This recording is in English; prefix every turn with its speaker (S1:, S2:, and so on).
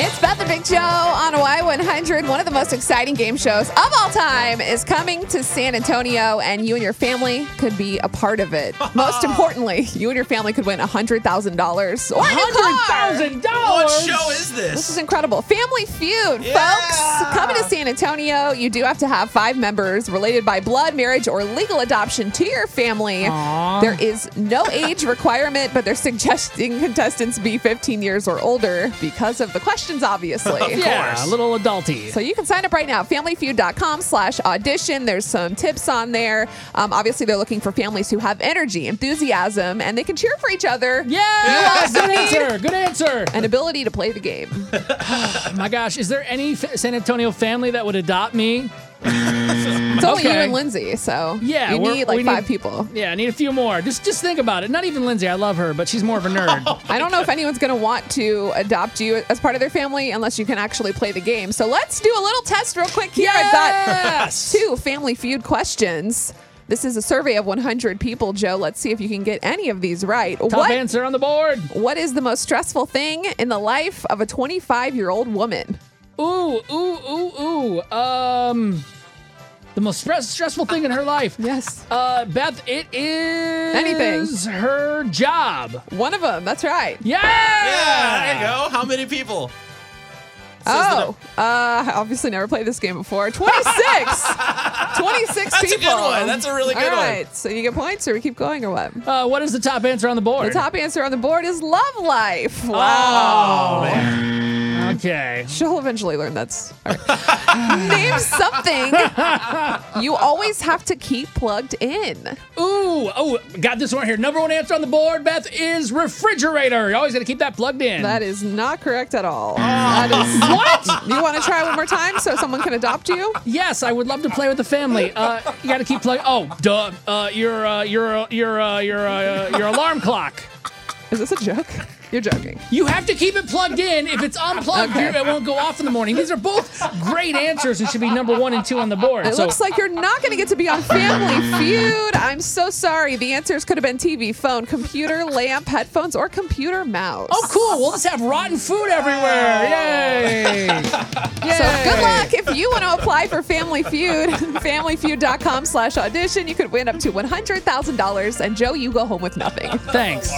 S1: It's Beth and Big Joe on Y100. One of the most exciting game shows of all time is coming to San Antonio, and you and your family could be a part of it. Most importantly, you and your family could win $100,000. Or a new car.
S2: What show is
S1: This
S2: this?
S1: is incredible. Family Feud, folks. Coming to San Antonio, you do have to have five members related by blood, marriage, or legal adoption to your family. There is no age requirement, but they're suggesting contestants be 15 years or older because of the questions, obviously.
S3: Yeah, a
S2: course.
S3: little adulty.
S1: So you can sign up right now, familyfeud.com slash audition. There's some tips on there. Um, obviously, they're looking for families who have energy, enthusiasm, and they can cheer for each other.
S3: yeah,
S1: You also
S3: good
S1: need
S3: answer. Good answer.
S1: an ability to play the game.
S3: Oh my gosh, is there any fa- San Antonio family that would adopt me?
S1: It's only you
S3: Okay.
S1: and Lindsay, so
S3: Yeah,
S1: you
S3: we're-
S1: need like
S3: we
S1: five
S3: need-
S1: people.
S3: Yeah, I need a few more. Just just think about it. Not even Lindsay. I love her, but she's more of a nerd.
S1: I don't know if anyone's going to want to adopt you as part of their family unless you can actually play the game. So let's do a little test real quick here.
S3: Yes!
S1: I've got two family feud questions. This is a survey of 100 people, Joe. Let's see if you can get any of these right.
S3: Top
S1: what
S3: answer on the board.
S1: What is the most stressful thing in the life of a 25 year old woman?
S3: Ooh, ooh, ooh, ooh. Um, the most stress- stressful thing in her life.
S1: Yes.
S3: Uh, Beth, it is
S1: Anything.
S3: her job.
S1: One of them. That's right.
S3: Yeah.
S2: Yeah, there you go. How many people?
S1: Oh, uh, I obviously never played this game before. 26. 26
S2: That's a
S1: people.
S2: good one. That's a really good
S1: All
S2: one.
S1: right. So you get points or we keep going or what?
S3: Uh, what is the top answer on the board?
S1: The top answer on the board is love life.
S2: Oh.
S1: Wow.
S3: Okay.
S1: She'll eventually learn that's. all right. Name something you always have to keep plugged in.
S3: Ooh, oh, got this one here. Number one answer on the board, Beth, is refrigerator. You always got to keep that plugged in.
S1: That is not correct at all.
S3: Ah.
S1: That is what? You want to try one more time so someone can adopt you?
S3: yes, I would love to play with the family. Uh, you got to keep plugging. Oh, duh. Uh, your uh, your your uh, your uh, your alarm clock.
S1: Is this a joke? You're joking.
S3: You have to keep it plugged in. If it's unplugged,
S1: Okay.
S3: you- it won't go off in the morning. These are both great answers and should be number one and two on the board.
S1: It
S3: so
S1: looks like you're not going to get to be on Family Feud. I'm so sorry. The answers could have been TV, phone, computer, lamp, headphones, or computer mouse.
S3: Oh, cool. We'll just have rotten food everywhere. Yay.
S1: So good luck if you want to apply for Family Feud. FamilyFeud.com slash audition. You could win up to $100,000. And Joe, you go home with nothing.
S3: Thanks.